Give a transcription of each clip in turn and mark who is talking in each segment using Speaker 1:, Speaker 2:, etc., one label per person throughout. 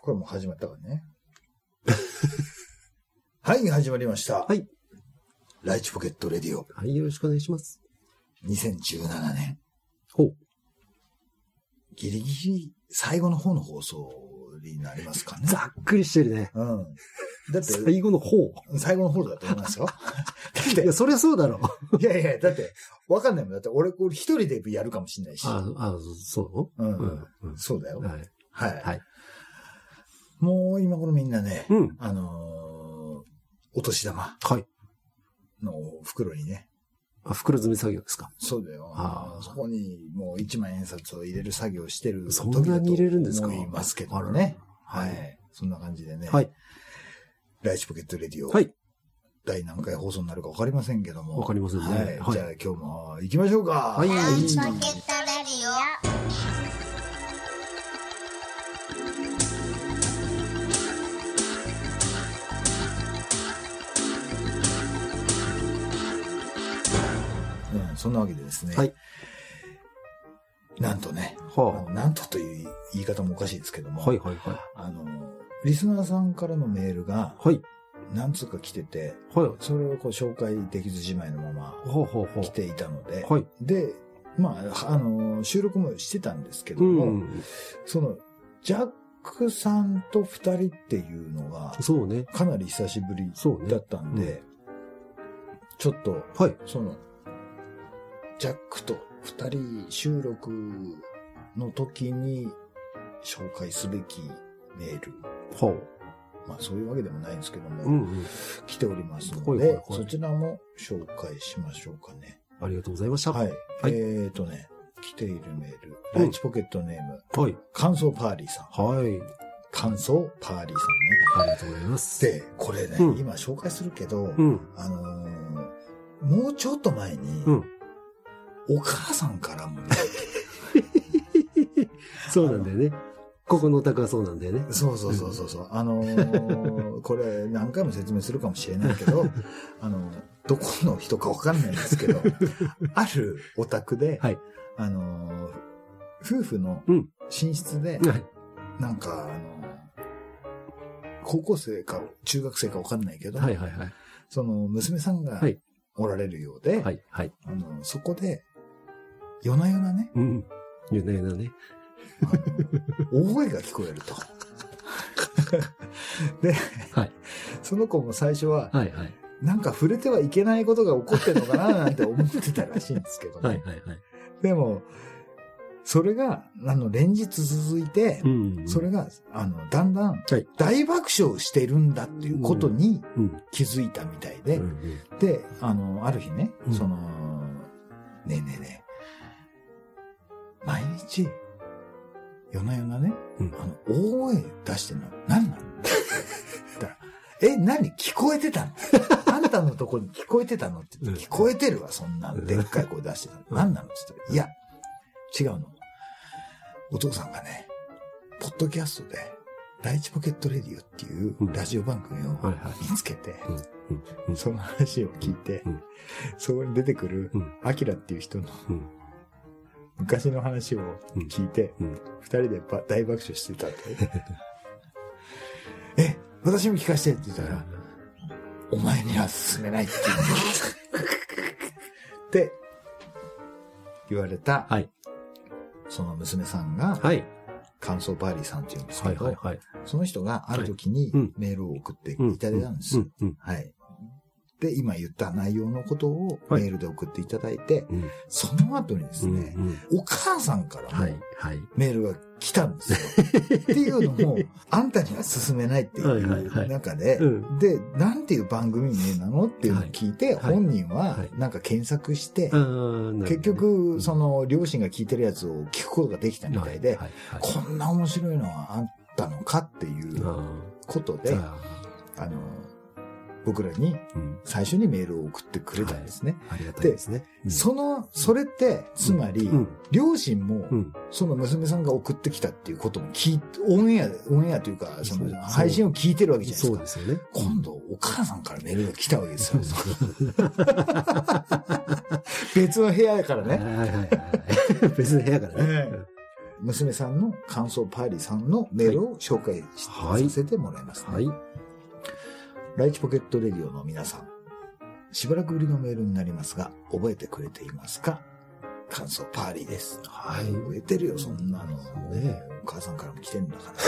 Speaker 1: これもう始まったからね。 はい、始まりました。
Speaker 2: はい。
Speaker 1: ライチポケットレディオ
Speaker 2: はい、よろしくお願いします。
Speaker 1: 2017年。
Speaker 2: ほう。
Speaker 1: ギリギリ最後の方の放送になりますかね。
Speaker 2: ざっくりしてるね。
Speaker 1: うん。だって、
Speaker 2: 最後の方。
Speaker 1: 最後の方だと思いますよ。
Speaker 2: いや、そりゃそうだろう。
Speaker 1: いやいや、だって、わかんないもん。だって俺、俺一人でやるかもしれないし。
Speaker 2: ああ、そううなの
Speaker 1: ん。
Speaker 2: うん。
Speaker 1: そうだよ
Speaker 2: うん。。はい。
Speaker 1: はい。
Speaker 2: はい
Speaker 1: もう今頃みんなね、
Speaker 2: うん。
Speaker 1: あのーお年玉
Speaker 2: はい。
Speaker 1: の袋にね、
Speaker 2: あ、袋詰め作業ですか。
Speaker 1: そうだよ
Speaker 2: あ。ー
Speaker 1: そこにもう一万円札を入れる作業してる
Speaker 2: そんなに入れるんですか
Speaker 1: 時だと思いますけどね。
Speaker 2: あら
Speaker 1: は
Speaker 2: ら
Speaker 1: い。そんな感じでね。
Speaker 2: はい。
Speaker 1: ライチポケットレディオ。
Speaker 2: はい。
Speaker 1: 第何回放送になるかわかりませんけども。
Speaker 2: わかりませんね
Speaker 1: はい。
Speaker 2: はい
Speaker 1: じゃあ今日も行きましょうか。
Speaker 2: はい。
Speaker 3: ライチポケットレディオ。
Speaker 1: うん、そんなわけでですね。
Speaker 2: はい
Speaker 1: なんとね、あの
Speaker 2: は
Speaker 1: なんとという言い方もおかしいですけど
Speaker 2: あ。
Speaker 1: も。
Speaker 2: はい、はい、はい。
Speaker 1: あの、リスナーさんからのメールが
Speaker 2: はい。
Speaker 1: 何通か来てて、
Speaker 2: はい。
Speaker 1: それをこう紹介できずじまいのまま
Speaker 2: ほうほうほ
Speaker 1: 来ていたので、
Speaker 2: う。はい。
Speaker 1: で、まあ、あの、収録もしてたんですけど
Speaker 2: う
Speaker 1: も、
Speaker 2: ん。
Speaker 1: その、ジャックさんと二人っていうのが、
Speaker 2: そうね。
Speaker 1: かなり久しぶり
Speaker 2: そう
Speaker 1: だ
Speaker 2: ね。
Speaker 1: ったんで、ちょっと、
Speaker 2: はい。
Speaker 1: その、ジャックと二人収録の時に紹介すべきメール、
Speaker 2: ほう。
Speaker 1: まあそういうわけでもないんですけども、
Speaker 2: うんうん。
Speaker 1: 来ておりますの
Speaker 2: はいはい
Speaker 1: で
Speaker 2: はい、
Speaker 1: そちらも紹介しましょうかね。
Speaker 2: ありがとうございました。。
Speaker 1: はいい。
Speaker 2: は
Speaker 1: え
Speaker 2: い
Speaker 1: っ、ー、とね、来ているメール、
Speaker 2: うん
Speaker 1: ライチポケットネーム、
Speaker 2: はい。
Speaker 1: 感想パーリーさん。
Speaker 2: はい。
Speaker 1: 感想パーリーさ
Speaker 2: ありがとうございます。
Speaker 1: んね。で、これね、
Speaker 2: うん
Speaker 1: 今紹介するけど、
Speaker 2: うん。
Speaker 1: あのーもうちょっと前に、
Speaker 2: うん
Speaker 1: お母さんから もね、
Speaker 2: そうなんだよね。ここのお宅はそうなんだよね。
Speaker 1: そうそうそうそう そう、あのーこれ何回も説明するかもしれないけ ど、あの、どこの人かわかんないんですけど、あるお宅で、
Speaker 2: はい
Speaker 1: あのー夫婦の
Speaker 2: うん
Speaker 1: 寝室で、
Speaker 2: はい。
Speaker 1: なんか、あの、高校生か中学生かわかんないけど、
Speaker 2: はい、はい、はい。
Speaker 1: その娘さんが
Speaker 2: はい
Speaker 1: おられるようで、
Speaker 2: はい、はい。
Speaker 1: あのそこで、夜な夜なね、
Speaker 2: うん。言うなよなね。
Speaker 1: あ の大声が聞こえると。で、
Speaker 2: はい
Speaker 1: その子も最初は、
Speaker 2: はい、はい。
Speaker 1: なんか触れてはいけないことが起こってるのかななんて思ってたらしいんですけど、ね
Speaker 2: はい、はい、はい。
Speaker 1: でも、それが、あの、連日続いて、
Speaker 2: うんうん。
Speaker 1: それが、あの、だんだん
Speaker 2: はい、
Speaker 1: 大爆笑してるんだっていうことに
Speaker 2: うん。
Speaker 1: 気づいたみたいで、
Speaker 2: うんうん。
Speaker 1: で、あの、ある日ね、
Speaker 2: うん
Speaker 1: その、ねえねえねえ、毎日、夜な夜なね、
Speaker 2: うん
Speaker 1: あの、大声出してんの、何なのって言ったら、え、何聞こえてたのあんたのとこに聞こえてたのって言って
Speaker 2: うん
Speaker 1: 聞こえてるわ、そんなでっかい声出してたの。
Speaker 2: うん
Speaker 1: 何なのって言ったら、いや、違うの。お父さんがね、ポッドキャストで、第一ポケットレディオっていうラジオ番組を
Speaker 2: はい、はい。
Speaker 1: 見つけて、
Speaker 2: うんうん
Speaker 1: その話を聞いて、
Speaker 2: うん
Speaker 1: そこに出てくる
Speaker 2: うん、
Speaker 1: アキラっていう人の
Speaker 2: うん
Speaker 1: 昔の話を聞いて、
Speaker 2: う
Speaker 1: 二、
Speaker 2: んうん
Speaker 1: 人でば大爆笑してたって。 え、私も聞かせてって言ったら、お前には勧めないって言 って。って言われた、
Speaker 2: はい
Speaker 1: その娘さんが、
Speaker 2: はい。
Speaker 1: 感想バーリーさんって言うんですけ
Speaker 2: はい
Speaker 1: ど、
Speaker 2: はいはい。
Speaker 1: その人がある時に
Speaker 2: うん
Speaker 1: メールを送っていただいたんですよ。
Speaker 2: うんうん
Speaker 1: はい。で、今言った内容のことをメ
Speaker 2: はい
Speaker 1: ールで送っていただいて、
Speaker 2: うん
Speaker 1: その後にです
Speaker 2: うん
Speaker 1: ね、
Speaker 2: うん
Speaker 1: お母さんから
Speaker 2: は
Speaker 1: も
Speaker 2: いはい。
Speaker 1: メールが来たんですよ。っていうのも、あんたには進めないってい
Speaker 2: はいはいは
Speaker 1: う
Speaker 2: い
Speaker 1: 中で
Speaker 2: う、ん
Speaker 1: で、なんていう番組名なのっていうのを聞いて、
Speaker 2: はいはい
Speaker 1: 本人は
Speaker 2: はい
Speaker 1: なんか検索して、
Speaker 2: あーなるほどね
Speaker 1: 結局、その両親が聞いてるやつを聞くことができたみたいで、
Speaker 2: はいはいはい
Speaker 1: こんな面白いのはあったのかっていうこと
Speaker 2: あー
Speaker 1: で、
Speaker 2: あ
Speaker 1: あの、僕らに
Speaker 2: ーうん
Speaker 1: 最初にメールを送ってくれたんですね。
Speaker 2: ありがたいですね。うん
Speaker 1: その、それって、つまり、
Speaker 2: うん
Speaker 1: 両親も
Speaker 2: う、ん
Speaker 1: その娘さんが送ってきたっていうことも聞いオンエア、オンエアというか、そ
Speaker 2: そう
Speaker 1: の配信を聞いてるわけじゃない
Speaker 2: そう
Speaker 1: で
Speaker 2: です
Speaker 1: か。
Speaker 2: すよね。
Speaker 1: 今度、お母さんからメールが来たわけですよ。 別の部屋から
Speaker 2: はい
Speaker 1: ね。
Speaker 2: はいはいはい。別の部屋からね。
Speaker 1: え娘さんの感想パーリーさんのメールを紹介し
Speaker 2: はい
Speaker 1: させてもらいます、ね
Speaker 2: はい。
Speaker 1: ライチポケットレディオの皆さん、しばらくぶりのメールになりますが、覚えてくれていますか感想パーリーです。
Speaker 2: はい
Speaker 1: 覚えてるよ、そんなの。
Speaker 2: ね
Speaker 1: お母さんからも来てるんだからね。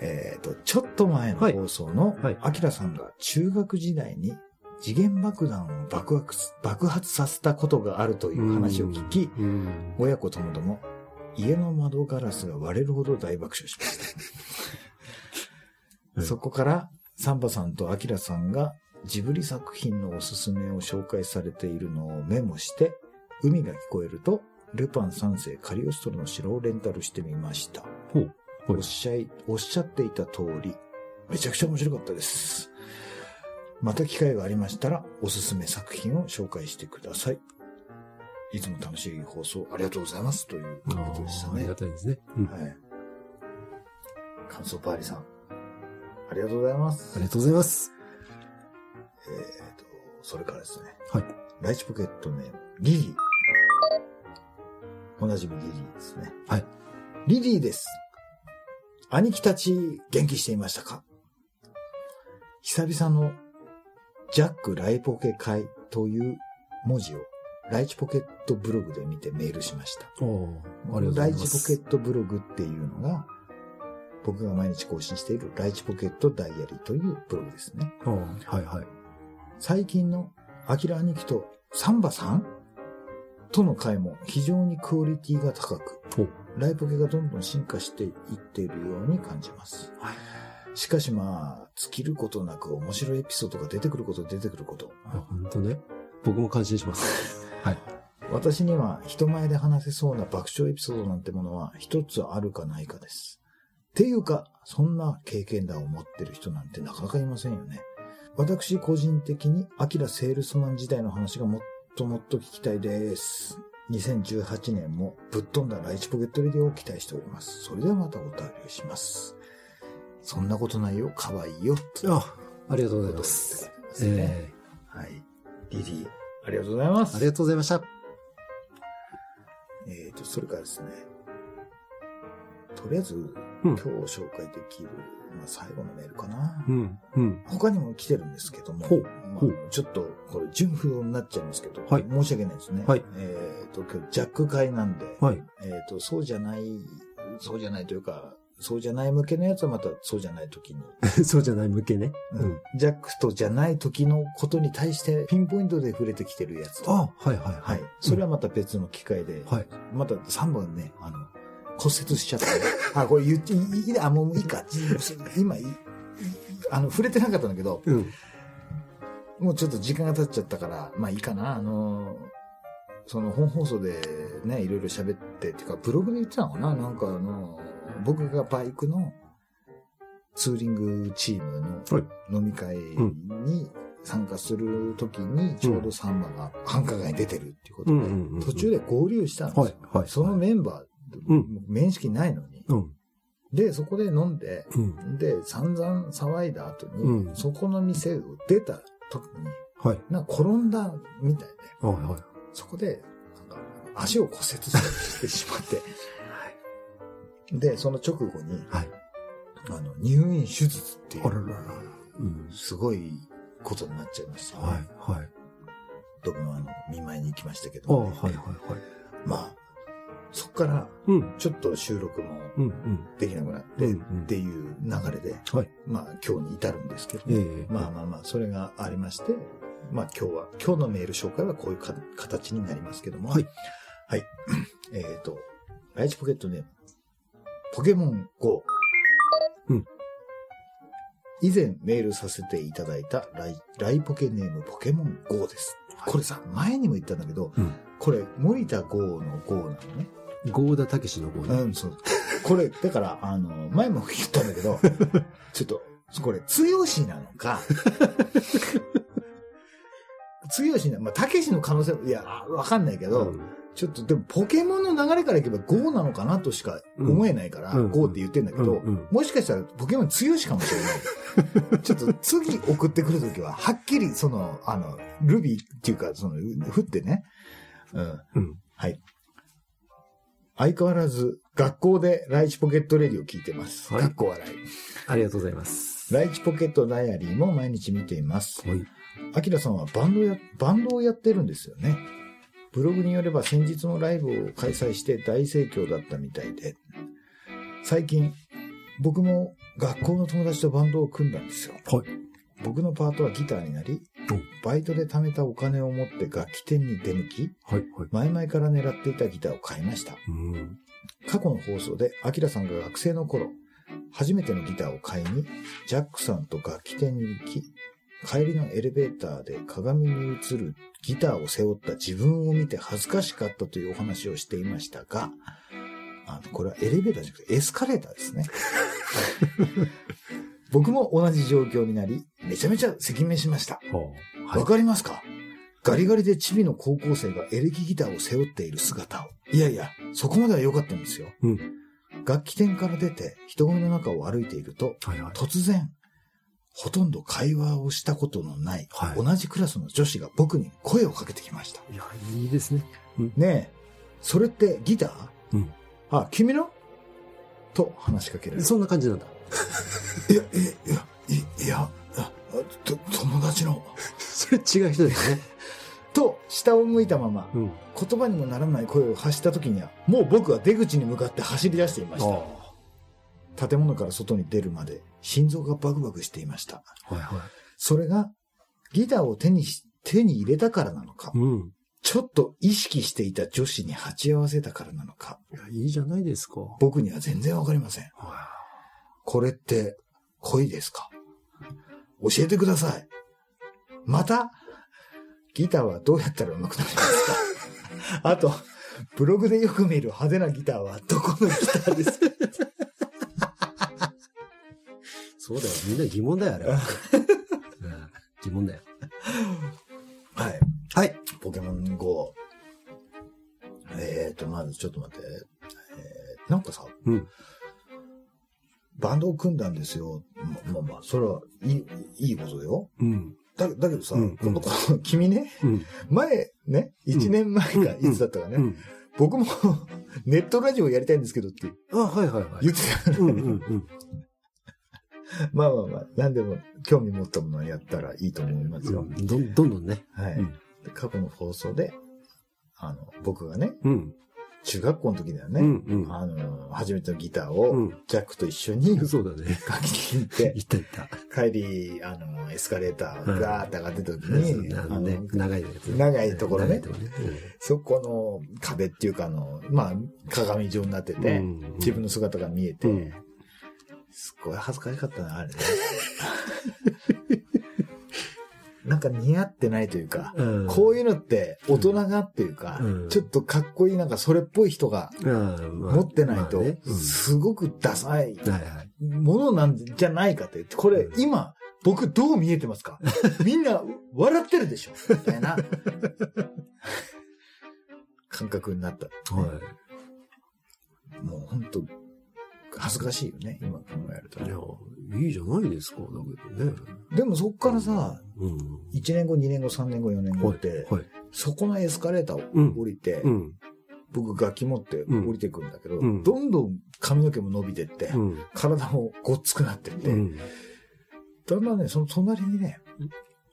Speaker 1: えっと、ちょっと前の放送の
Speaker 2: はいはい、
Speaker 1: アキラさんが中学時代に次元爆弾を爆発爆発させたことがあるという話を聞き、
Speaker 2: うん。
Speaker 1: 親子ともども、家の窓ガラスが割れるほど大爆笑しました。
Speaker 2: はい
Speaker 1: そこから、サンバさんとアキラさんがジブリ作品のおすすめを紹介されているのをメモして、海が聞こえると、ルパン三世カリオストロの城をレンタルしてみました。
Speaker 2: ほう。
Speaker 1: おっしゃい、おっしゃっていた通り、めちゃくちゃ面白かったです。また機会がありましたら、おすすめ作品を紹介してください。いつも楽しい放送ありがとうございますというこ
Speaker 2: あ
Speaker 1: とでした
Speaker 2: ーあり
Speaker 1: ね。
Speaker 2: がたいですね。うん。あ
Speaker 1: はい。感想パーリーさん、ありがとうございます。
Speaker 2: りがとうございます。
Speaker 1: えーと、それからですね。
Speaker 2: はい。
Speaker 1: ライチポケットネーム、リリー。おなじみリリーですね。
Speaker 2: はい。
Speaker 1: リリーです。兄貴たち、元気していましたか久々のジャックライポケ会という文字をライチポケットブログで見てメールしました。
Speaker 2: ああ、ありがとうござい
Speaker 1: ライ
Speaker 2: ま
Speaker 1: チ
Speaker 2: す。
Speaker 1: ポケットブログっていうのが、僕が毎日更新しているライチポケットダイアリーというブログですね。
Speaker 2: ああはいはい。
Speaker 1: 最近のアキラ兄貴とサンバさんとの回も非常にクオリティが高く、
Speaker 2: ほう。
Speaker 1: ライポケがどんどん進化していっているように感じます。
Speaker 2: はい
Speaker 1: しかしまあ、尽きることなく面白いエピソードが出てくること出てくること。
Speaker 2: あ本当ね。僕も感心します。
Speaker 1: 私には人前で話せそうな爆笑エピソードなんてものは一つあるかないかです。っていうか、そんな経験談を持ってる人なんてなかなかいませんよね。私個人的に、アキラセールスマン時代の話がもっともっと聞きたいです。2018年もぶっ飛んだライチポケットレディオを期待しております。それではまたお便りします。そんなことないよ、可愛いよ。
Speaker 2: あありがとうございます。
Speaker 1: ということでございますね
Speaker 2: え
Speaker 1: はい。リリー、ありがとうございます。
Speaker 2: えありがとうございました。
Speaker 1: えー、と、それからですね、とりあえず、
Speaker 2: うん
Speaker 1: 今日紹介できる、まあ、最後のメールかな。
Speaker 2: うん、うん。
Speaker 1: 他にも来てるんですけども、
Speaker 2: ほう
Speaker 1: まあ
Speaker 2: ほう
Speaker 1: ちょっと、これ、順不動になっちゃいますけど、
Speaker 2: はい
Speaker 1: 申し訳ないですね。
Speaker 2: はい
Speaker 1: えっ、と、今日、ジャック会なんで、
Speaker 2: はい。
Speaker 1: えっ、と、そうじゃない、そうじゃないというか、そうじゃない向けのやつはまたそうじゃない時に、
Speaker 2: そうじゃない向けね。うん。
Speaker 1: ジャックとじゃない時のことに対してピンポイントで触れてきてるやつと、
Speaker 2: あはいはい
Speaker 1: は
Speaker 2: はい
Speaker 1: い。。それはまた別の機会で、
Speaker 2: はい。
Speaker 1: また3番ね、あの、骨折しちゃった。あ、これ言っていいいい、あ、もういいか。今いい、いいあの、触れてなかったんだけど、
Speaker 2: うん。
Speaker 1: もうちょっと時間が経っちゃったから、まあいいかな。あの、その本放送でね、いろいろ喋って、っていうか、ブログで言ってたのかななんかあの、僕がバイクのツーリングチーム
Speaker 2: はい
Speaker 1: の飲み会に参加するときに、ちょうどサンバが繁華街に出てるっていうことで、
Speaker 2: うんうんうん
Speaker 1: 途中で合流したんですよ。
Speaker 2: はいはい。
Speaker 1: そのメンバー、
Speaker 2: うん
Speaker 1: 面識ないのに。
Speaker 2: うん。
Speaker 1: で、そこで飲んで、
Speaker 2: うん。
Speaker 1: で、散々騒いだ後に、
Speaker 2: うん
Speaker 1: そこの店を出た時に、
Speaker 2: はい。
Speaker 1: なんか転んだみたいで、
Speaker 2: はいはい。
Speaker 1: そこで、なんか足を骨折してしまって、で、その直後に、
Speaker 2: はい。
Speaker 1: あの、入院手術ってい
Speaker 2: あらら
Speaker 1: う、
Speaker 2: らら。うん。
Speaker 1: すごいことになっちゃいました、ね。
Speaker 2: はいはい。
Speaker 1: 僕もあの、見舞いに行きましたけ
Speaker 2: あ
Speaker 1: ど、
Speaker 2: はいはいはい。
Speaker 1: まあ、そこから、
Speaker 2: うん。
Speaker 1: ちょっと収録も
Speaker 2: うんうん。
Speaker 1: できなくなって、
Speaker 2: うんうん
Speaker 1: っていう流れで、
Speaker 2: はい。
Speaker 1: まあ今日に至るんですけど、
Speaker 2: ええ
Speaker 1: まあまあまあ、それがありまして、まあ今日は、今日のメール紹介はこういうか形になりますけども、
Speaker 2: はい。
Speaker 1: はい。 えっ、と、ライチポケットネーム、ポケモン GO。
Speaker 2: うん。
Speaker 1: 以前メールさせていただいたライライポケネームポケモン GO です。これさ、前にも言ったんだけど、
Speaker 2: うん
Speaker 1: これ、森田 GO の GO なのね。
Speaker 2: ゴーダたけしのゴーダ。
Speaker 1: うん、そう。これ、だから、あの、前も言ったんだけ ど、ちょっと、これ、つよしなのか、つよしな、まあ、たけしの可能性も、いや、あわかんないけど、
Speaker 2: ん。
Speaker 1: ちょっと、でも、ポケモンの流れからいけば5なのかなとしか思えないから、
Speaker 2: うんうん
Speaker 1: 5って言ってんだけど、
Speaker 2: うんうん
Speaker 1: もしかしたらポケモン強しかもしれない。ちょっと次送ってくるときは、はっきりその、あの、ルビーっていうか、その、振ってね。うん。
Speaker 2: うん
Speaker 1: はい。相変わらず、学校でライチポケットレディを聞いてます。
Speaker 2: はい
Speaker 1: かっこ笑
Speaker 2: ありがとうございます。
Speaker 1: い。ライチポケットダイアリーも毎日見ています。
Speaker 2: はい。
Speaker 1: アキラさんはバンドや、バンドをやってるんですよね。ブログによれば先日のライブを開催して大盛況だったみたいで、最近、僕も学校の友達とバンドを組んだんですよ。
Speaker 2: はい。
Speaker 1: 僕のパートはギターになり
Speaker 2: お、
Speaker 1: バイトで貯めたお金を持って楽器店に出向き、
Speaker 2: はい。はい。
Speaker 1: 前々から狙っていたギターを買いました。
Speaker 2: うん。
Speaker 1: 過去の放送で、アキラさんが学生の頃、初めてのギターを買いに、ジャックさんと楽器店に行き、帰りのエレベーターで鏡に映るギターを背負った自分を見て恥ずかしかったというお話をしていましたが、あこれはエレベーターじゃなくてエスカレーターですね。僕も同じ状況になり、めちゃめちゃ赤面しました。
Speaker 2: はあ。
Speaker 1: わかりますかガリガリでチビの高校生がエレキギターを背負っている姿を。いやいや、そこまでは良かったんですよ。
Speaker 2: うん
Speaker 1: 楽器店から出て人混みの中を歩いていると、
Speaker 2: はい。はい。
Speaker 1: 突然、ほとんど会話をしたことのない、
Speaker 2: はい
Speaker 1: 同じクラスの女子が僕に声をかけてきました。
Speaker 2: いや、いいですね。
Speaker 1: ねえ、それってギター
Speaker 2: うん
Speaker 1: あ、君のと話しかけられる。
Speaker 2: そんな感じなんだ。
Speaker 1: いや、いや、いいや、あと友達の。
Speaker 2: それ違う人ですね。
Speaker 1: と、下を向いたまま、
Speaker 2: うん。
Speaker 1: 言葉にもならない声を発した時には、もう僕は出口に向かって走り出していまし
Speaker 2: あ
Speaker 1: た。建物から外に出るまで、心臓がバクバクしていました。
Speaker 2: あ。はい。は
Speaker 1: それが、ギターを手にし、手に入れたからなのか
Speaker 2: い。、うん。
Speaker 1: ちょっと意識していた女子に鉢合わせたからなのか、
Speaker 2: いや、いいじゃないですか。は
Speaker 1: 僕には全然わかりません。
Speaker 2: あ
Speaker 1: これって、恋ですか教えてください。また、ギターはどうやったら上手くなりますか あと、ブログでよく見る派手なギターはどこのギターですか
Speaker 2: そうだよ。みんな疑問だよ、あれ は。うん疑問だよ。
Speaker 1: はい。
Speaker 2: はい。
Speaker 1: ポケモン GO。えーと、まずちょっと待って。えーなんかさ、
Speaker 2: うん
Speaker 1: バンドを組んだんですよ。ままあまあ、それはいい、いいことだよ。
Speaker 2: うん。
Speaker 1: だだけどさ、
Speaker 2: うん
Speaker 1: このこの 君ね、
Speaker 2: うん。
Speaker 1: 前ね、1年前か、
Speaker 2: うん
Speaker 1: いつだったかね、
Speaker 2: うん。
Speaker 1: 僕も ネットラジオやりたいんですけどって
Speaker 2: あ、はいはいはい。
Speaker 1: 言ってた。
Speaker 2: うんうんうん。
Speaker 1: まあまあまあ、何でも興味持ったものはやったらいいと思いますよ。
Speaker 2: どんどんどんね。
Speaker 1: はい、
Speaker 2: うん
Speaker 1: で過去の放送で、あの、僕がね、
Speaker 2: うん。
Speaker 1: 中学校の時だよ
Speaker 2: う
Speaker 1: ね。
Speaker 2: んうん。
Speaker 1: あの、初めてのギター
Speaker 2: う
Speaker 1: を、
Speaker 2: ん。
Speaker 1: ジャックと一緒に、楽
Speaker 2: そうだね。
Speaker 1: 器に行っ
Speaker 2: い
Speaker 1: て、
Speaker 2: ったいった。
Speaker 1: 帰り、あの、エスカレーター、
Speaker 2: はい
Speaker 1: ガーって上がってた時
Speaker 2: そう
Speaker 1: に、
Speaker 2: ね
Speaker 1: あ
Speaker 2: あのね
Speaker 1: の、
Speaker 2: 長いやつね
Speaker 1: 長いところね
Speaker 2: 長いとこね
Speaker 1: そこの壁っていうか、あの、まあ、鏡状になって
Speaker 2: う
Speaker 1: て、
Speaker 2: んうん
Speaker 1: 自分の姿が見えて、
Speaker 2: うん
Speaker 1: すっごい恥ずかしかったな、あれね。 なんか似合ってないというか、
Speaker 2: うん
Speaker 1: こういうのって大人がっていうか、
Speaker 2: うん
Speaker 1: ちょっとかっこいい、なんかそれっぽい人が
Speaker 2: うんまあ
Speaker 1: 持ってないと
Speaker 2: まあね、うん
Speaker 1: すごくダサい
Speaker 2: はいはい。
Speaker 1: ものなんじゃないかって。これ、
Speaker 2: うん
Speaker 1: 今、僕どう見えてますか みんな笑ってるでしょみたいな。感覚になった。
Speaker 2: は
Speaker 1: もう本当恥ずかしいよね。今考えると
Speaker 2: い。い
Speaker 1: ね。
Speaker 2: や、いいじゃないですか、だけどね。
Speaker 1: でもそこからさ、
Speaker 2: うん。
Speaker 1: 1年後、2年後、3年後、4年後って、
Speaker 2: はい。
Speaker 1: そこのエスカレーター
Speaker 2: うん
Speaker 1: を降りて、
Speaker 2: うん。
Speaker 1: 僕楽器持って
Speaker 2: うん
Speaker 1: 降りてくんだけど、
Speaker 2: うん
Speaker 1: どんどん髪の毛も伸びてって、
Speaker 2: うん。
Speaker 1: 体もごっつくなってって、
Speaker 2: うん
Speaker 1: だんだんね、その隣にね
Speaker 2: うん、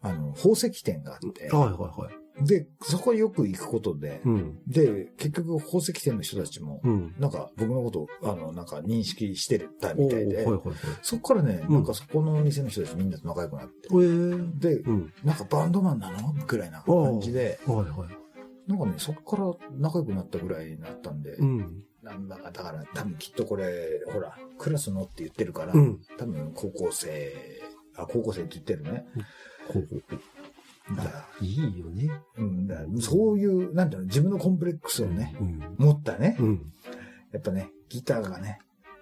Speaker 1: あの、宝石店があって、
Speaker 2: はいはいはい。
Speaker 1: で、そこによく行くことで、
Speaker 2: うん。
Speaker 1: で、結局宝石店の人たちも、
Speaker 2: うん。
Speaker 1: なんか僕のことを、あの、なんか認識してるた
Speaker 2: お
Speaker 1: み
Speaker 2: ー
Speaker 1: た
Speaker 2: はいい
Speaker 1: で、
Speaker 2: はいはい。
Speaker 1: そこからね、
Speaker 2: うん
Speaker 1: なんかそこのお店の人たちみんなと仲良くなって
Speaker 2: え、ー。
Speaker 1: で、
Speaker 2: うん。
Speaker 1: なんかバンドマンなのぐらいな感じで、
Speaker 2: はいはい。
Speaker 1: なんかね、そこから仲良くなったぐらいになったんで、
Speaker 2: うん。
Speaker 1: なんだか、だから多分きっとこれ、ほら、クラスのって言ってるから、
Speaker 2: うん。
Speaker 1: 多分高校生、あ、高校生って言ってるね。
Speaker 2: こうこうこ
Speaker 1: だから
Speaker 2: う。いいよね。
Speaker 1: うん、だからそういう、なんていうの、自分のコンプレックスをね、
Speaker 2: うん。
Speaker 1: 持ったね
Speaker 2: う、ん。
Speaker 1: やっぱね、ギターがね、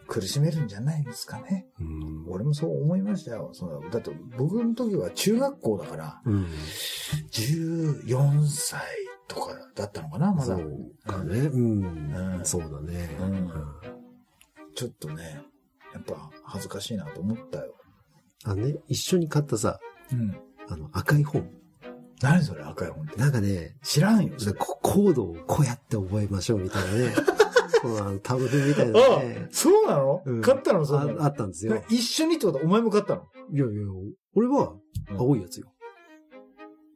Speaker 1: 苦しめるんじゃないですかね。
Speaker 2: うん。
Speaker 1: 俺もそう思いましたよ。そのだって僕の時は中学校だから、
Speaker 2: うん。
Speaker 1: 14歳とかだったのかな、まだ
Speaker 2: そ。うかね。うん
Speaker 1: う。ん
Speaker 2: そうだね。
Speaker 1: うん
Speaker 2: ん
Speaker 1: ちょっとね、やっぱ恥ずかしいなと思ったよ。
Speaker 2: あのね、一緒に買ったさ、
Speaker 1: うん。
Speaker 2: あの、赤い本。
Speaker 1: 何それ赤い本って。
Speaker 2: なんかね、
Speaker 1: 知らんよ、そ
Speaker 2: なん
Speaker 1: れ
Speaker 2: か。こコードをこうやって覚えましょうみたいなね。そうあのタブ譜みたいな
Speaker 1: あ
Speaker 2: ね、
Speaker 1: そうなの、
Speaker 2: うん
Speaker 1: 勝ったのそんな
Speaker 2: あ
Speaker 1: の
Speaker 2: あったんですよ。い
Speaker 1: 一緒にってことお前も勝ったの
Speaker 2: やいや、俺は
Speaker 1: うん
Speaker 2: 青いやつよ。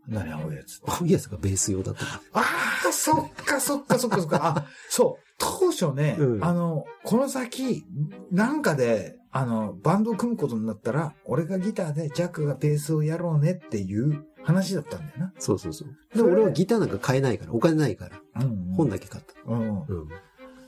Speaker 1: 何青いやつ。
Speaker 2: 青いやつがベース用だったか
Speaker 1: ああ、そっかそっかそっかそっか。あ、 そう。当初ね、
Speaker 2: うん
Speaker 1: あの、この先、なんかで、あの、バンドを組むことになったら、俺がギターで、ジャックがベースをやろうねっていう話だったんだよな。
Speaker 2: ら。そうそうそう。でも俺はギターなんか買えないから、お金ないから、
Speaker 1: うん、
Speaker 2: 本だけ買った。
Speaker 1: うん。
Speaker 2: うん。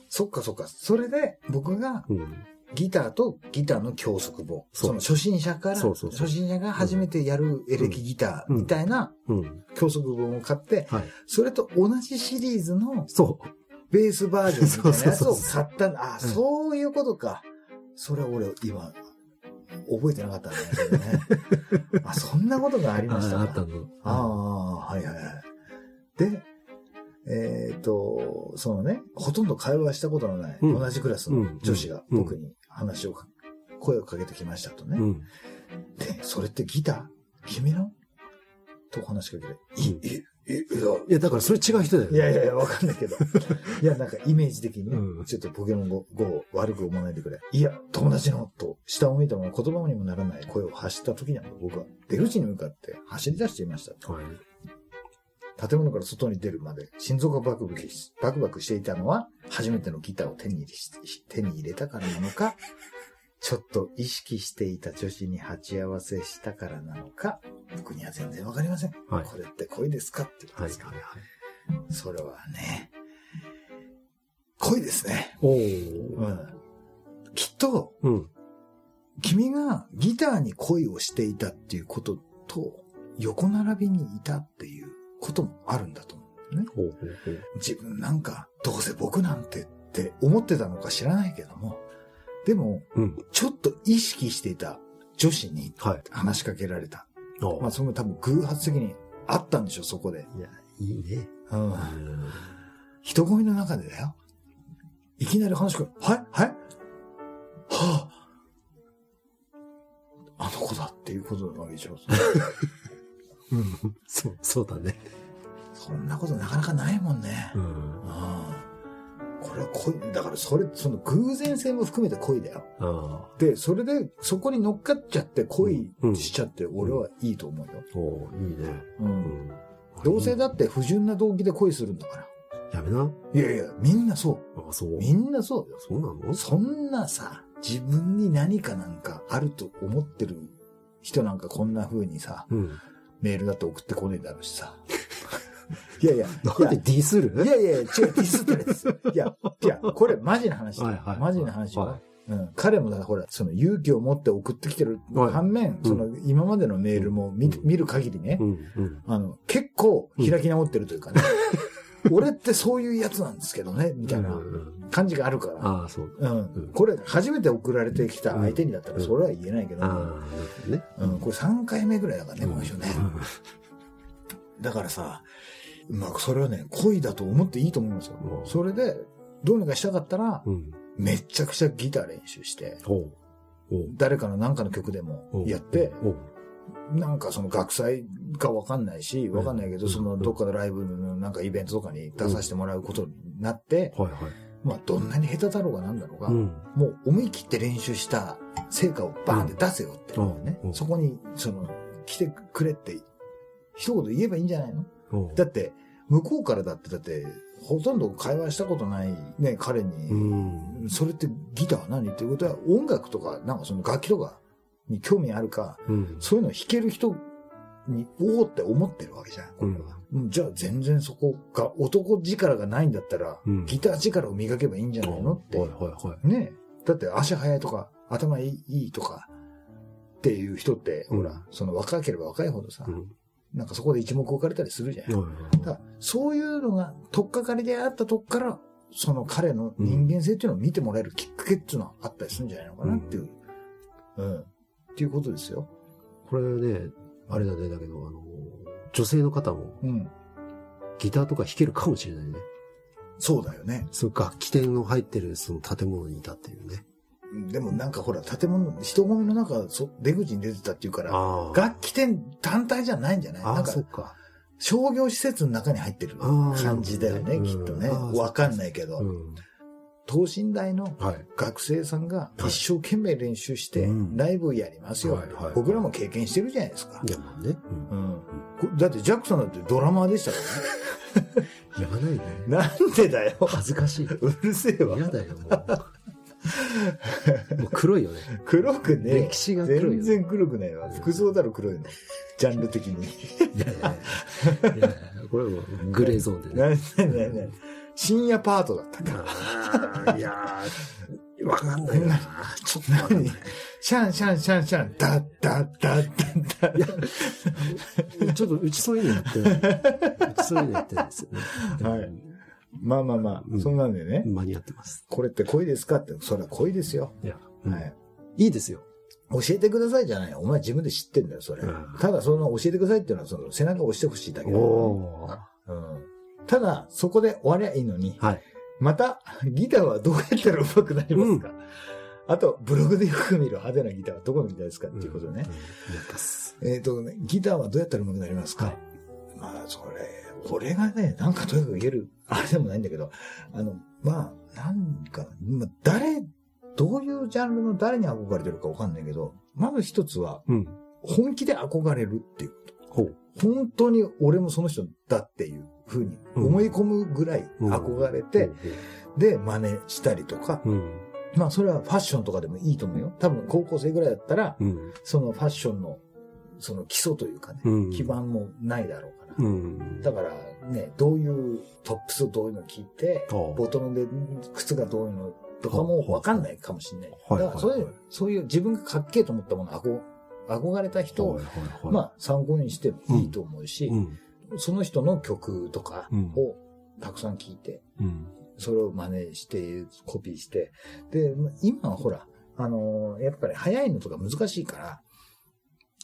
Speaker 1: そっかそっか。それで、僕が
Speaker 2: うん。
Speaker 1: ギターとギターの教則本。そ
Speaker 2: そう
Speaker 1: の初心者から、
Speaker 2: そうそうそう
Speaker 1: 初心者が初めてやるエレキギターみたいな
Speaker 2: うん。
Speaker 1: 教則本を買って、
Speaker 2: はい。
Speaker 1: それと同じシリーズの
Speaker 2: そう。
Speaker 1: ベースバージョンみたいなやつを
Speaker 2: そうそう
Speaker 1: 買ったんだ。あ、
Speaker 2: うん
Speaker 1: そういうことか。それは俺、今、覚えてなかったんだけどね。 あ、そんなことがありました
Speaker 2: あ
Speaker 1: か。
Speaker 2: あったの。
Speaker 1: ああ、はいはいはい。で、えっ、と、そのね、ほとんど会話したことのない、
Speaker 2: うん
Speaker 1: 同じクラスの女子が
Speaker 2: うん
Speaker 1: 僕に話をか、声をかけてきましたとね。
Speaker 2: うん。
Speaker 1: で、それってギター君のと話しかけて、い、い、い、いや、
Speaker 2: いや、だからそれ違う人だよ。
Speaker 1: いやいやいや、わかんない けど。いや、なんかイメージ的にね、
Speaker 2: うん
Speaker 1: ちょっとポケモン GO を悪く思わないでくれ。いや、友達の、と、下を向いたまま言葉にもならない声を発した時には、僕は出口に向かって走り出していました。
Speaker 2: はい。
Speaker 1: 建物から外に出るまで心臓がバクバクしバクバクしていたのは、初めてのギターを手に入れし手に入れたからなの か、ちょっと意識していた女子に鉢合わせしたからなのか、僕には全然わかりません。
Speaker 2: はい。
Speaker 1: これって恋ですかってこと
Speaker 2: はい。
Speaker 1: で
Speaker 2: はい
Speaker 1: すか。。それはね、恋ですね。
Speaker 2: お
Speaker 1: う
Speaker 2: ー。
Speaker 1: ん。きっと、
Speaker 2: うん。
Speaker 1: 君がギターに恋をしていたっていうことと、横並びにいたっていうこともあるんだと思うんだよね。
Speaker 2: ほうほうほう。
Speaker 1: 自分なんか、どうせ僕なんてって思ってたのか知らないけども、でも、
Speaker 2: うん。
Speaker 1: ちょっと意識していた女子に
Speaker 2: はい。
Speaker 1: 話しかけられた。
Speaker 2: あー
Speaker 1: まあ、その多分偶発的にあったんでしょ、そこで。
Speaker 2: いや、いいね。
Speaker 1: うん
Speaker 2: う。ん
Speaker 1: 人混みの中でだよ。いきなり話しかけ、はいはいはあ、あの子だっていうことなわけでしょ。
Speaker 2: うん。そう、そうだね。
Speaker 1: そんなことなかなかないもんね。
Speaker 2: うん。
Speaker 1: ああこれは恋、だからそれ、その偶然性も含めて恋だよ。
Speaker 2: ああ。
Speaker 1: で、それで、そこに乗っかっちゃって恋
Speaker 2: うん
Speaker 1: しちゃって、俺はいいと思うよ。
Speaker 2: おーいいね。
Speaker 1: うん。
Speaker 2: ん。
Speaker 1: どうせだって不純な動機で恋するんだから。
Speaker 2: やめな。
Speaker 1: いやいや、みんなそ。
Speaker 2: あ、そうう。
Speaker 1: みんなそうよ。
Speaker 2: そうなの
Speaker 1: そんなさ、自分に何かなんかあると思ってる人なんかこんな風にさ、
Speaker 2: うん。
Speaker 1: メールだって送ってこねえだろうしさ。 いやいや、
Speaker 2: なんでディスる
Speaker 1: いやいやいや、違う、ディスってないです。いや、いや、これマジな話だよ
Speaker 2: はいはい
Speaker 1: マジな話よ、
Speaker 2: はい
Speaker 1: うん。彼もだ、ほら、その勇気を持って送ってきてる。
Speaker 2: はい
Speaker 1: 反面、
Speaker 2: ん
Speaker 1: その今までのメールも見,、
Speaker 2: うん
Speaker 1: 見る限りね、
Speaker 2: うん。うん。
Speaker 1: あの、結構開き直ってるというかね。俺ってそういうやつなんですけど ね、みたいな
Speaker 2: うんうん
Speaker 1: 感じがあるから。
Speaker 2: ああ、そう。
Speaker 1: うん、これ初めて送られてきた相手にだったらそれは言えないけど、
Speaker 2: あ
Speaker 1: う
Speaker 2: あ、なるほどね。
Speaker 1: んこれ3回目ぐらいだからね、この人ね。
Speaker 2: うん
Speaker 1: だからさ、まあそれはね、恋だと思っていいと思うんですよ。
Speaker 2: うん
Speaker 1: それで、どうにかしたかったら、
Speaker 2: うん。
Speaker 1: めっちゃくちゃギター練習して、
Speaker 2: おうおう
Speaker 1: 誰かの何かの曲でも
Speaker 2: おう
Speaker 1: やって、
Speaker 2: おう
Speaker 1: なんかその学祭がわかんないし、わかんないけど、
Speaker 2: うん
Speaker 1: そのどっかのライブのなんかイベントとかに出させてもらうことになって、
Speaker 2: はいはい。
Speaker 1: まあどんなに下手だろうがなんだろうが、
Speaker 2: ん。
Speaker 1: もう思い切って練習した成果をバーンって出せよって、
Speaker 2: うん
Speaker 1: ね
Speaker 2: うん
Speaker 1: そこに、その、来てくれって、一言言えばいいんじゃないの
Speaker 2: おう
Speaker 1: だって、向こうからだって、だって、ほとんど会話したことないね、彼
Speaker 2: う
Speaker 1: に、
Speaker 2: ん。
Speaker 1: それってギターは何っていうことは、音楽とか、なんかその楽器とかに興味あるか、
Speaker 2: うん。
Speaker 1: そういうのを弾ける人に、おおって思ってるわけじゃん、これは。うんじゃあ全然そこが、男力がないんだったら、
Speaker 2: うん
Speaker 1: ギター力を磨けばいいんじゃないのって
Speaker 2: はいはいはい。
Speaker 1: ねえ。だって足早いとか、頭いいいいとか、っていう人って、
Speaker 2: うん
Speaker 1: ほら、その若ければ若いほどさ、
Speaker 2: うん。
Speaker 1: なんかそこで一目置かれたりするじゃん。
Speaker 2: はい
Speaker 1: だ
Speaker 2: はい
Speaker 1: か
Speaker 2: はい
Speaker 1: らそういうのが、とっかかりであったとこから、その彼の人間性っていうのを見てもらえるきっかけっていうのはあったりするんじゃないのかなっていう。うん。っていうことですよ。
Speaker 2: これね、あれだね、だけど、あの、女性の方も
Speaker 1: うん。
Speaker 2: ギターとか弾けるかもしれないね。
Speaker 1: そうだよね。
Speaker 2: そう、楽器店の入ってるその建物にいたっていうね。
Speaker 1: でもなんかほら、建物、人混みの中、そ出口に出てたっていうから、
Speaker 2: ああ。
Speaker 1: 楽器店単体じゃないんじゃないな
Speaker 2: あ
Speaker 1: ん
Speaker 2: あ、
Speaker 1: か
Speaker 2: そっか。
Speaker 1: 商業施設の中に入ってる感じだよね、
Speaker 2: あー
Speaker 1: きっとね。
Speaker 2: うん
Speaker 1: わかんないけど、
Speaker 2: うん。
Speaker 1: 等身大の
Speaker 2: はい。
Speaker 1: 学生さんが
Speaker 2: はい
Speaker 1: 一生懸命練習して
Speaker 2: うん
Speaker 1: ライブやりますよ、
Speaker 2: はいはいはい
Speaker 1: 僕らも経験してるじゃないですか、
Speaker 2: いや、まあね。うん
Speaker 1: うん、こだってジャックさんだってドラマーでしたか
Speaker 2: 言わないで。
Speaker 1: ら ねなんでだよ
Speaker 2: 恥ずかしい。
Speaker 1: うるせえわ
Speaker 2: 嫌だよ、もう。 もう黒いよね。
Speaker 1: 黒くねえよ
Speaker 2: 歴史が黒
Speaker 1: 全
Speaker 2: いよね。
Speaker 1: 然黒くないわ服装だろ黒いのジャンル的に
Speaker 2: いやいやいやいやこれはもうグレーゾーンでね。
Speaker 1: なななな深夜パートだったか
Speaker 2: あーいやー、わかんないな。ちょっとわかんない。
Speaker 1: シャンシャンシャンシャンダッダッダッダッダッ
Speaker 2: ちょっとうちそういうのやってない。うちそういうのやってないですよね。
Speaker 1: はいまあまあまあ、
Speaker 2: うん
Speaker 1: そんなんでね
Speaker 2: 間に合ってます。
Speaker 1: これって恋ですかってそれは恋ですよ、
Speaker 2: いや、
Speaker 1: はい
Speaker 2: いいですよ。
Speaker 1: 教えてくださいじゃないよお前自分で知ってんだよそれ、
Speaker 2: うん
Speaker 1: ただその教えてくださいっていうのはその背中を押してほしいだけだからね
Speaker 2: おー。
Speaker 1: うんただそこで終わりゃいいのに
Speaker 2: はい。
Speaker 1: また、 ギターはどうやったら上手くなりますか、あと、ブログでよく見る派手なギターはどこのギターですかっていうことね
Speaker 2: ん。。うんやったっす。
Speaker 1: えっ、とね、ギターはどうやったら上手くなりますか、
Speaker 2: はい
Speaker 1: まあ、それ、俺がね、なんかとにかく言える、あれでもないんだけど、あの、まあ、なんか、まあ、誰、どういうジャンルの誰に憧れてるかわかんないけど、まず一つは、
Speaker 2: うん。
Speaker 1: 本気で憧れるっていうこと。
Speaker 2: ほう。
Speaker 1: 本当に俺もその人だっていうふうに思い込むぐらい憧れて、、で、真似したりとか、
Speaker 2: うん。
Speaker 1: まあそれはファッションとかでもいいと思うよ。多分高校生ぐらいだったら、
Speaker 2: うん。
Speaker 1: そのファッションの、その基礎というかね、
Speaker 2: うん。
Speaker 1: 基。盤もないだろうから。
Speaker 2: うん。
Speaker 1: だからね、どういうトップスをどういうの聞いて、
Speaker 2: あー
Speaker 1: ボトムで靴がどういうのとかもわかんないかもしれない。
Speaker 2: はい
Speaker 1: だからそうい、
Speaker 2: はいう
Speaker 1: そういう自分がかっけえと思ったもの、あこ憧れた人を、
Speaker 2: はいはいはい
Speaker 1: まあ参考にしてもいいと思うし、
Speaker 2: うん。
Speaker 1: その人の曲とかをたくさん聞いて、
Speaker 2: うん。
Speaker 1: それを真似して、コピーして。で、今はほら、あのーやっぱり早いのとか難しいから、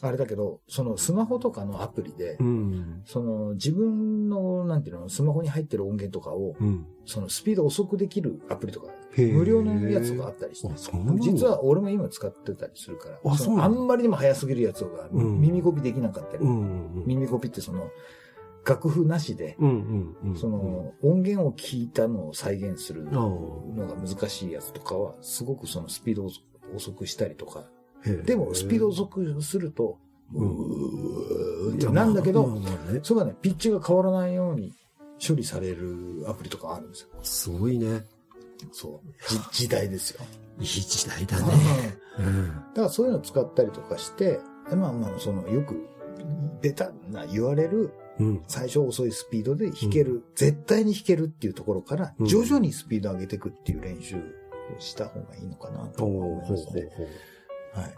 Speaker 1: あれだけど、そのスマホとかのアプリで、
Speaker 2: うん。
Speaker 1: その自分の、なんていうの、スマホに入ってる音源とかを、
Speaker 2: うん。
Speaker 1: そのスピード遅くできるアプリとか、
Speaker 2: へー
Speaker 1: 無料のやつとかあったりして
Speaker 2: あ、そうなの
Speaker 1: 実は俺も今使ってたりするから、
Speaker 2: あ
Speaker 1: そ
Speaker 2: そう
Speaker 1: の
Speaker 2: な
Speaker 1: あ
Speaker 2: の
Speaker 1: んまりにも早すぎるやつが、
Speaker 2: うん
Speaker 1: 耳コピできなかったり、
Speaker 2: うん。うん。
Speaker 1: 耳コピってその、楽譜なしで、
Speaker 2: うんうんうん。
Speaker 1: その、音源を聞いたのを再現する
Speaker 2: うん、あ
Speaker 1: のが難しいやつとかは、すごくそのスピードを遅くしたりとか。
Speaker 2: あへえ
Speaker 1: でも、スピードを遅くすると、う
Speaker 2: うん
Speaker 1: ーってなんだけ
Speaker 2: ま
Speaker 1: ど、
Speaker 2: あまあまあね
Speaker 1: それがね、ピッチが変わらないように処理されるアプリとかあるんですよ。
Speaker 2: すごいね。
Speaker 1: そう。じ時代ですよ。
Speaker 2: いい時代だ
Speaker 1: だ
Speaker 2: ね。うん。
Speaker 1: からそういうの使ったりとかして、まあまあ、その、よく、ベタな言われる、
Speaker 2: うん。
Speaker 1: 最初遅いスピードで弾ける、絶対に弾けるっていうところから、
Speaker 2: うん
Speaker 1: 徐々にスピード上げていくっていう練習をした方がいいのかなと
Speaker 2: ほう
Speaker 1: 思い
Speaker 2: ほう
Speaker 1: ま
Speaker 2: ほ
Speaker 1: すね
Speaker 2: う。ほう。
Speaker 1: はい。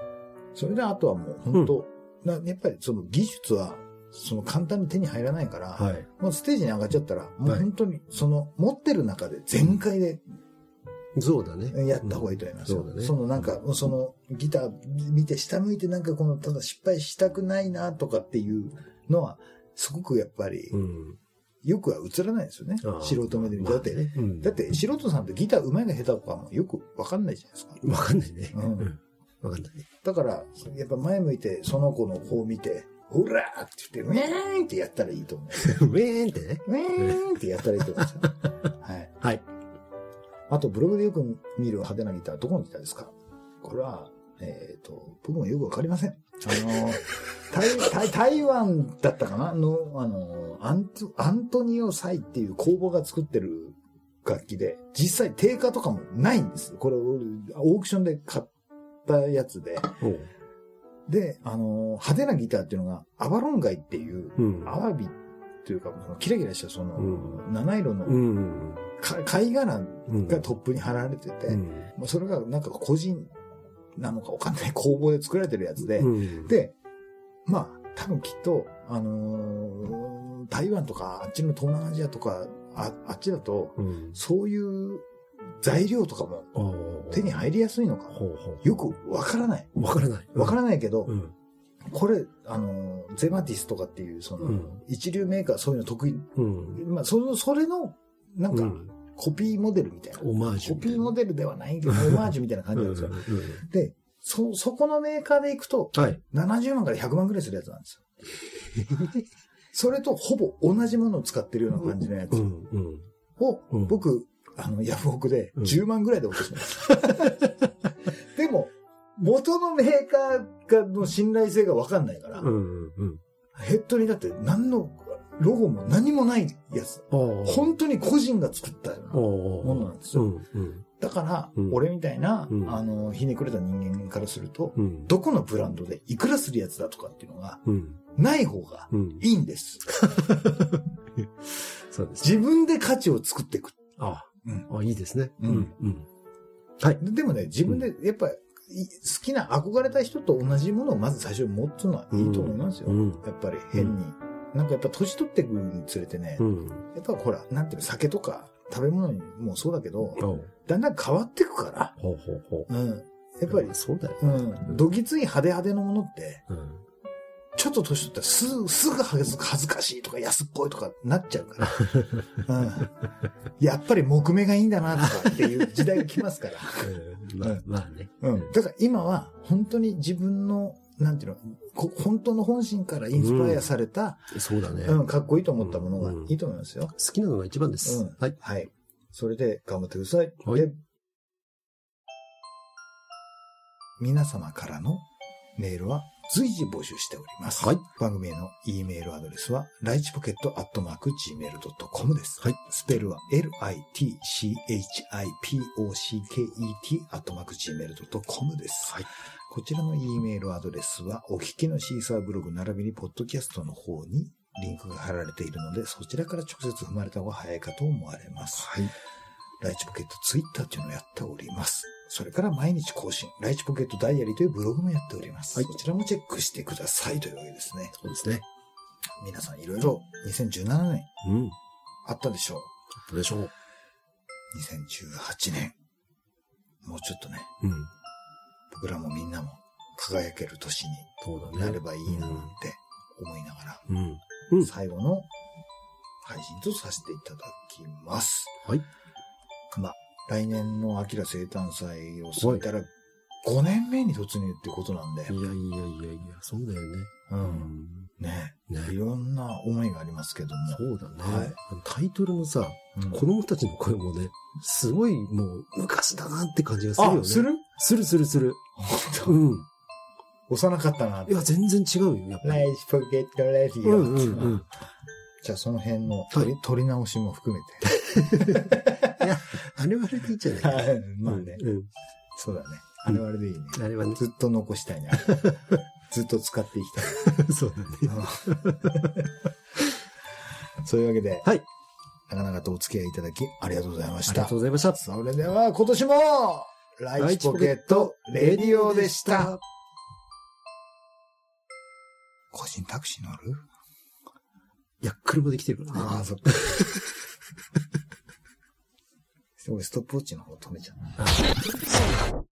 Speaker 1: それであとはもう本当、なやっぱりその技術はその簡単に手に入らないから、
Speaker 2: はい。
Speaker 1: もうステージに上がっちゃったら、もう
Speaker 2: はい
Speaker 1: 本当にその持ってる中で全開で
Speaker 2: そうだね。
Speaker 1: やった方がいいと思いますよ。
Speaker 2: うんそうだね
Speaker 1: のなんか、そのギター見て下向いてなんかこのただ失敗したくないなとかっていうのは、すごくやっぱり
Speaker 2: う、ん。
Speaker 1: よくは映らないですよね。
Speaker 2: あー
Speaker 1: 素人目で見て。
Speaker 2: ま
Speaker 1: だ
Speaker 2: あ
Speaker 1: って、
Speaker 2: ねうん
Speaker 1: だって素人さんってギター上手いか下手かもよくわかんないじゃないですか。
Speaker 2: わかんないね。
Speaker 1: う
Speaker 2: うんん。わかんないね。
Speaker 1: だから、やっぱ前向いて、その子の方を見て、ほらーって言って、ウェーンってやったらいいと思
Speaker 2: ウェーンってね。
Speaker 1: う。ウェーンってやったらいいと思うんですよ。はい。
Speaker 2: はい。
Speaker 1: あと、ブログでよく見る派手なギター、どこのギターですかこれは、えっ、と、僕もよくわかりません。あ のー、台、台、台湾だったかなの、あのーアント、アントニオサイっていう工房が作ってる楽器で、実際定価とかもないんです。これ、俺オークションで買ったやつで、
Speaker 2: おう
Speaker 1: で、あのー派手なギターっていうのが、アバロンガイっていう、
Speaker 2: うん。
Speaker 1: アワビっていうか、そのキラキラしたその、
Speaker 2: う
Speaker 1: 七色の
Speaker 2: うん。
Speaker 1: か貝殻
Speaker 2: うん。
Speaker 1: がトップに貼られてて、
Speaker 2: うん。
Speaker 1: まあ、それがなんか個人なのかわかんない 工房で作られてるやつで、
Speaker 2: うん、
Speaker 1: で、まあ、多分きっと、あのー台湾とか、あっちの東南アジアとか、ああっちだと、
Speaker 2: うん。
Speaker 1: そういう材料とかも
Speaker 2: ああ
Speaker 1: 手に入りやすいのか、
Speaker 2: ほうほう。
Speaker 1: よくわからない。
Speaker 2: わからない。
Speaker 1: わからないけど、
Speaker 2: うん。
Speaker 1: これ、あの、ゼマティスとかっていう、その、
Speaker 2: うん
Speaker 1: 一流メーカーそういうの得意。
Speaker 2: うん。
Speaker 1: まあ、その、それの、なん
Speaker 2: う
Speaker 1: か、
Speaker 2: ん
Speaker 1: コピーモデルみたいな。
Speaker 2: オマージュ
Speaker 1: コ
Speaker 2: みたい
Speaker 1: ピー
Speaker 2: な。
Speaker 1: モデルではないけ ど、オマージュみたいな感じなんですよ。
Speaker 2: うんうんうん
Speaker 1: で、そ、そこのメーカーで行くと、
Speaker 2: はい。
Speaker 1: 70万から100万ぐらいするやつなん ですよ。それとほぼ同じものを使ってるような感じのやつ
Speaker 2: うん。うん。
Speaker 1: を、
Speaker 2: うん
Speaker 1: 僕、あの、ヤフオクで
Speaker 2: うん
Speaker 1: 10万ぐらいで落とします。でも、元のメーカーがの信頼性がわかんないから、
Speaker 2: うんうんうん。
Speaker 1: ヘッドにだって何のロゴも何もないやつ。
Speaker 2: ああ。
Speaker 1: 本当に個人が作ったようなも
Speaker 2: も
Speaker 1: のなんですよ。
Speaker 2: うん
Speaker 1: だから、
Speaker 2: うん
Speaker 1: 俺みたいな、
Speaker 2: うん
Speaker 1: あの、ひねくれた人間からすると、
Speaker 2: うん。うん。
Speaker 1: どこのブランドでいくらするやつだとかっていうのが、
Speaker 2: うん。
Speaker 1: ない方が
Speaker 2: うん。
Speaker 1: いいんです。
Speaker 2: そうですね。
Speaker 1: 自分で価値を作っていく。
Speaker 2: あ
Speaker 1: うん
Speaker 2: あ、あいいですね。
Speaker 1: う
Speaker 2: うんん。うん。
Speaker 1: ででもね、自分で、やっぱり、い好きな、憧れた人と同じものをまず最初に持つのはいいと思いますよ。
Speaker 2: うん。
Speaker 1: やっぱり変に。なんかやっぱ年取っていくにつれてね、
Speaker 2: うん。
Speaker 1: やっぱほら、なんていうの、酒とか食べ物にもそうだけど、
Speaker 2: おう
Speaker 1: だんだん変わっていくか
Speaker 2: ほうほうほう。
Speaker 1: ら、うん。やっぱり、
Speaker 2: そうだよ。
Speaker 1: うん、どぎつい派手派手のものって、
Speaker 2: うん。
Speaker 1: ちょっと年取ったらすぐ、すぐ恥ず恥ずかしいとか安っぽいとかなっちゃう から。うん。やっぱり木目がいいんだなとかっていう時代が来ますから。
Speaker 2: まあ、まあね。
Speaker 1: うん。だから今は本当に自分の、なんていうの、こ本当の本心からインスパイアされた、
Speaker 2: そうだね。
Speaker 1: うん、
Speaker 2: 好
Speaker 1: かっこいいと思ったものが
Speaker 2: うん
Speaker 1: いいと思いますよ。
Speaker 2: きなのが一番です
Speaker 1: うん。
Speaker 2: はい。
Speaker 1: はい。それで頑張ってください。
Speaker 2: はい
Speaker 1: で、皆様からのメールは随時募集しております。
Speaker 2: はい。
Speaker 1: 番組への E メールアドレスは、ライチポケットアットマーク Gmail.com です。
Speaker 2: はい。
Speaker 1: スペルは l-i-t-c-h-i-p-o-c-k-e-t アットマーク Gmail.com です。
Speaker 2: はい。
Speaker 1: こちらの E メールアドレスは、お聞きのシーサーブログ並びにポッドキャストの方にリンクが貼られているので、そちらから直接踏まれた方が早いかと思われます。
Speaker 2: はい。
Speaker 1: ライチポケットツイッターというのをやっております。それから毎日更新、ライチポケットダイアリーというブログもやっております。
Speaker 2: はい
Speaker 1: そちらもチェックしてくださいというわけですね。
Speaker 2: そうですね。
Speaker 1: 皆さんいろいろ2017年
Speaker 2: うん。ど
Speaker 1: あったでしょう。
Speaker 2: うでしょう。
Speaker 1: 2018年。もうちょっとね、
Speaker 2: うん。
Speaker 1: 僕らもみんなも輝ける年
Speaker 2: そう
Speaker 1: にな
Speaker 2: だね。
Speaker 1: ればいいななんて思いながら、
Speaker 2: うん。うん
Speaker 1: 最後の配信とさせていただきます。
Speaker 2: はい。
Speaker 1: まあ、来年の秋田生誕祭を過ぎたら、5年目に突入ってことなんで、
Speaker 2: いやいやいやいや、そうだよね。
Speaker 1: う。
Speaker 2: うんん。
Speaker 1: ね
Speaker 2: ね。
Speaker 1: いろんな思いがありますけども。
Speaker 2: そうだね。
Speaker 1: はい
Speaker 2: タイトルもさ、
Speaker 1: うん
Speaker 2: 子供たちの声もね、すごいもう昔だなって感じがするよね。
Speaker 1: あ、する
Speaker 2: するするする。 うん。
Speaker 1: 幼かったなって
Speaker 2: い。や、全然違うよ、やっぱ
Speaker 1: ナ
Speaker 2: り。
Speaker 1: イスポケットレディ
Speaker 2: う
Speaker 1: オ。
Speaker 2: んうんうん。
Speaker 1: じゃあその辺の取り,、取り直しも含めて。
Speaker 2: あれはあれでいいじゃないか。
Speaker 1: まあね、
Speaker 2: うん。
Speaker 1: そうだね。あ
Speaker 2: うん
Speaker 1: れはあれでいいね。
Speaker 2: あ れはね、
Speaker 1: ずっと残した いな。ずっと使っていきたい。
Speaker 2: そうだね。
Speaker 1: そういうわけで、
Speaker 2: はい。
Speaker 1: なかなかとお付き合いいただきありがとうございま
Speaker 2: あ
Speaker 1: し
Speaker 2: りが
Speaker 1: た
Speaker 2: とう。ございました。
Speaker 1: それでは今年も、ライチポケットレディオでした。。個人タクシー乗る
Speaker 2: いや、車で来てるからね。
Speaker 1: ああ、そ っか。俺ストップウォッチの方止めちゃう。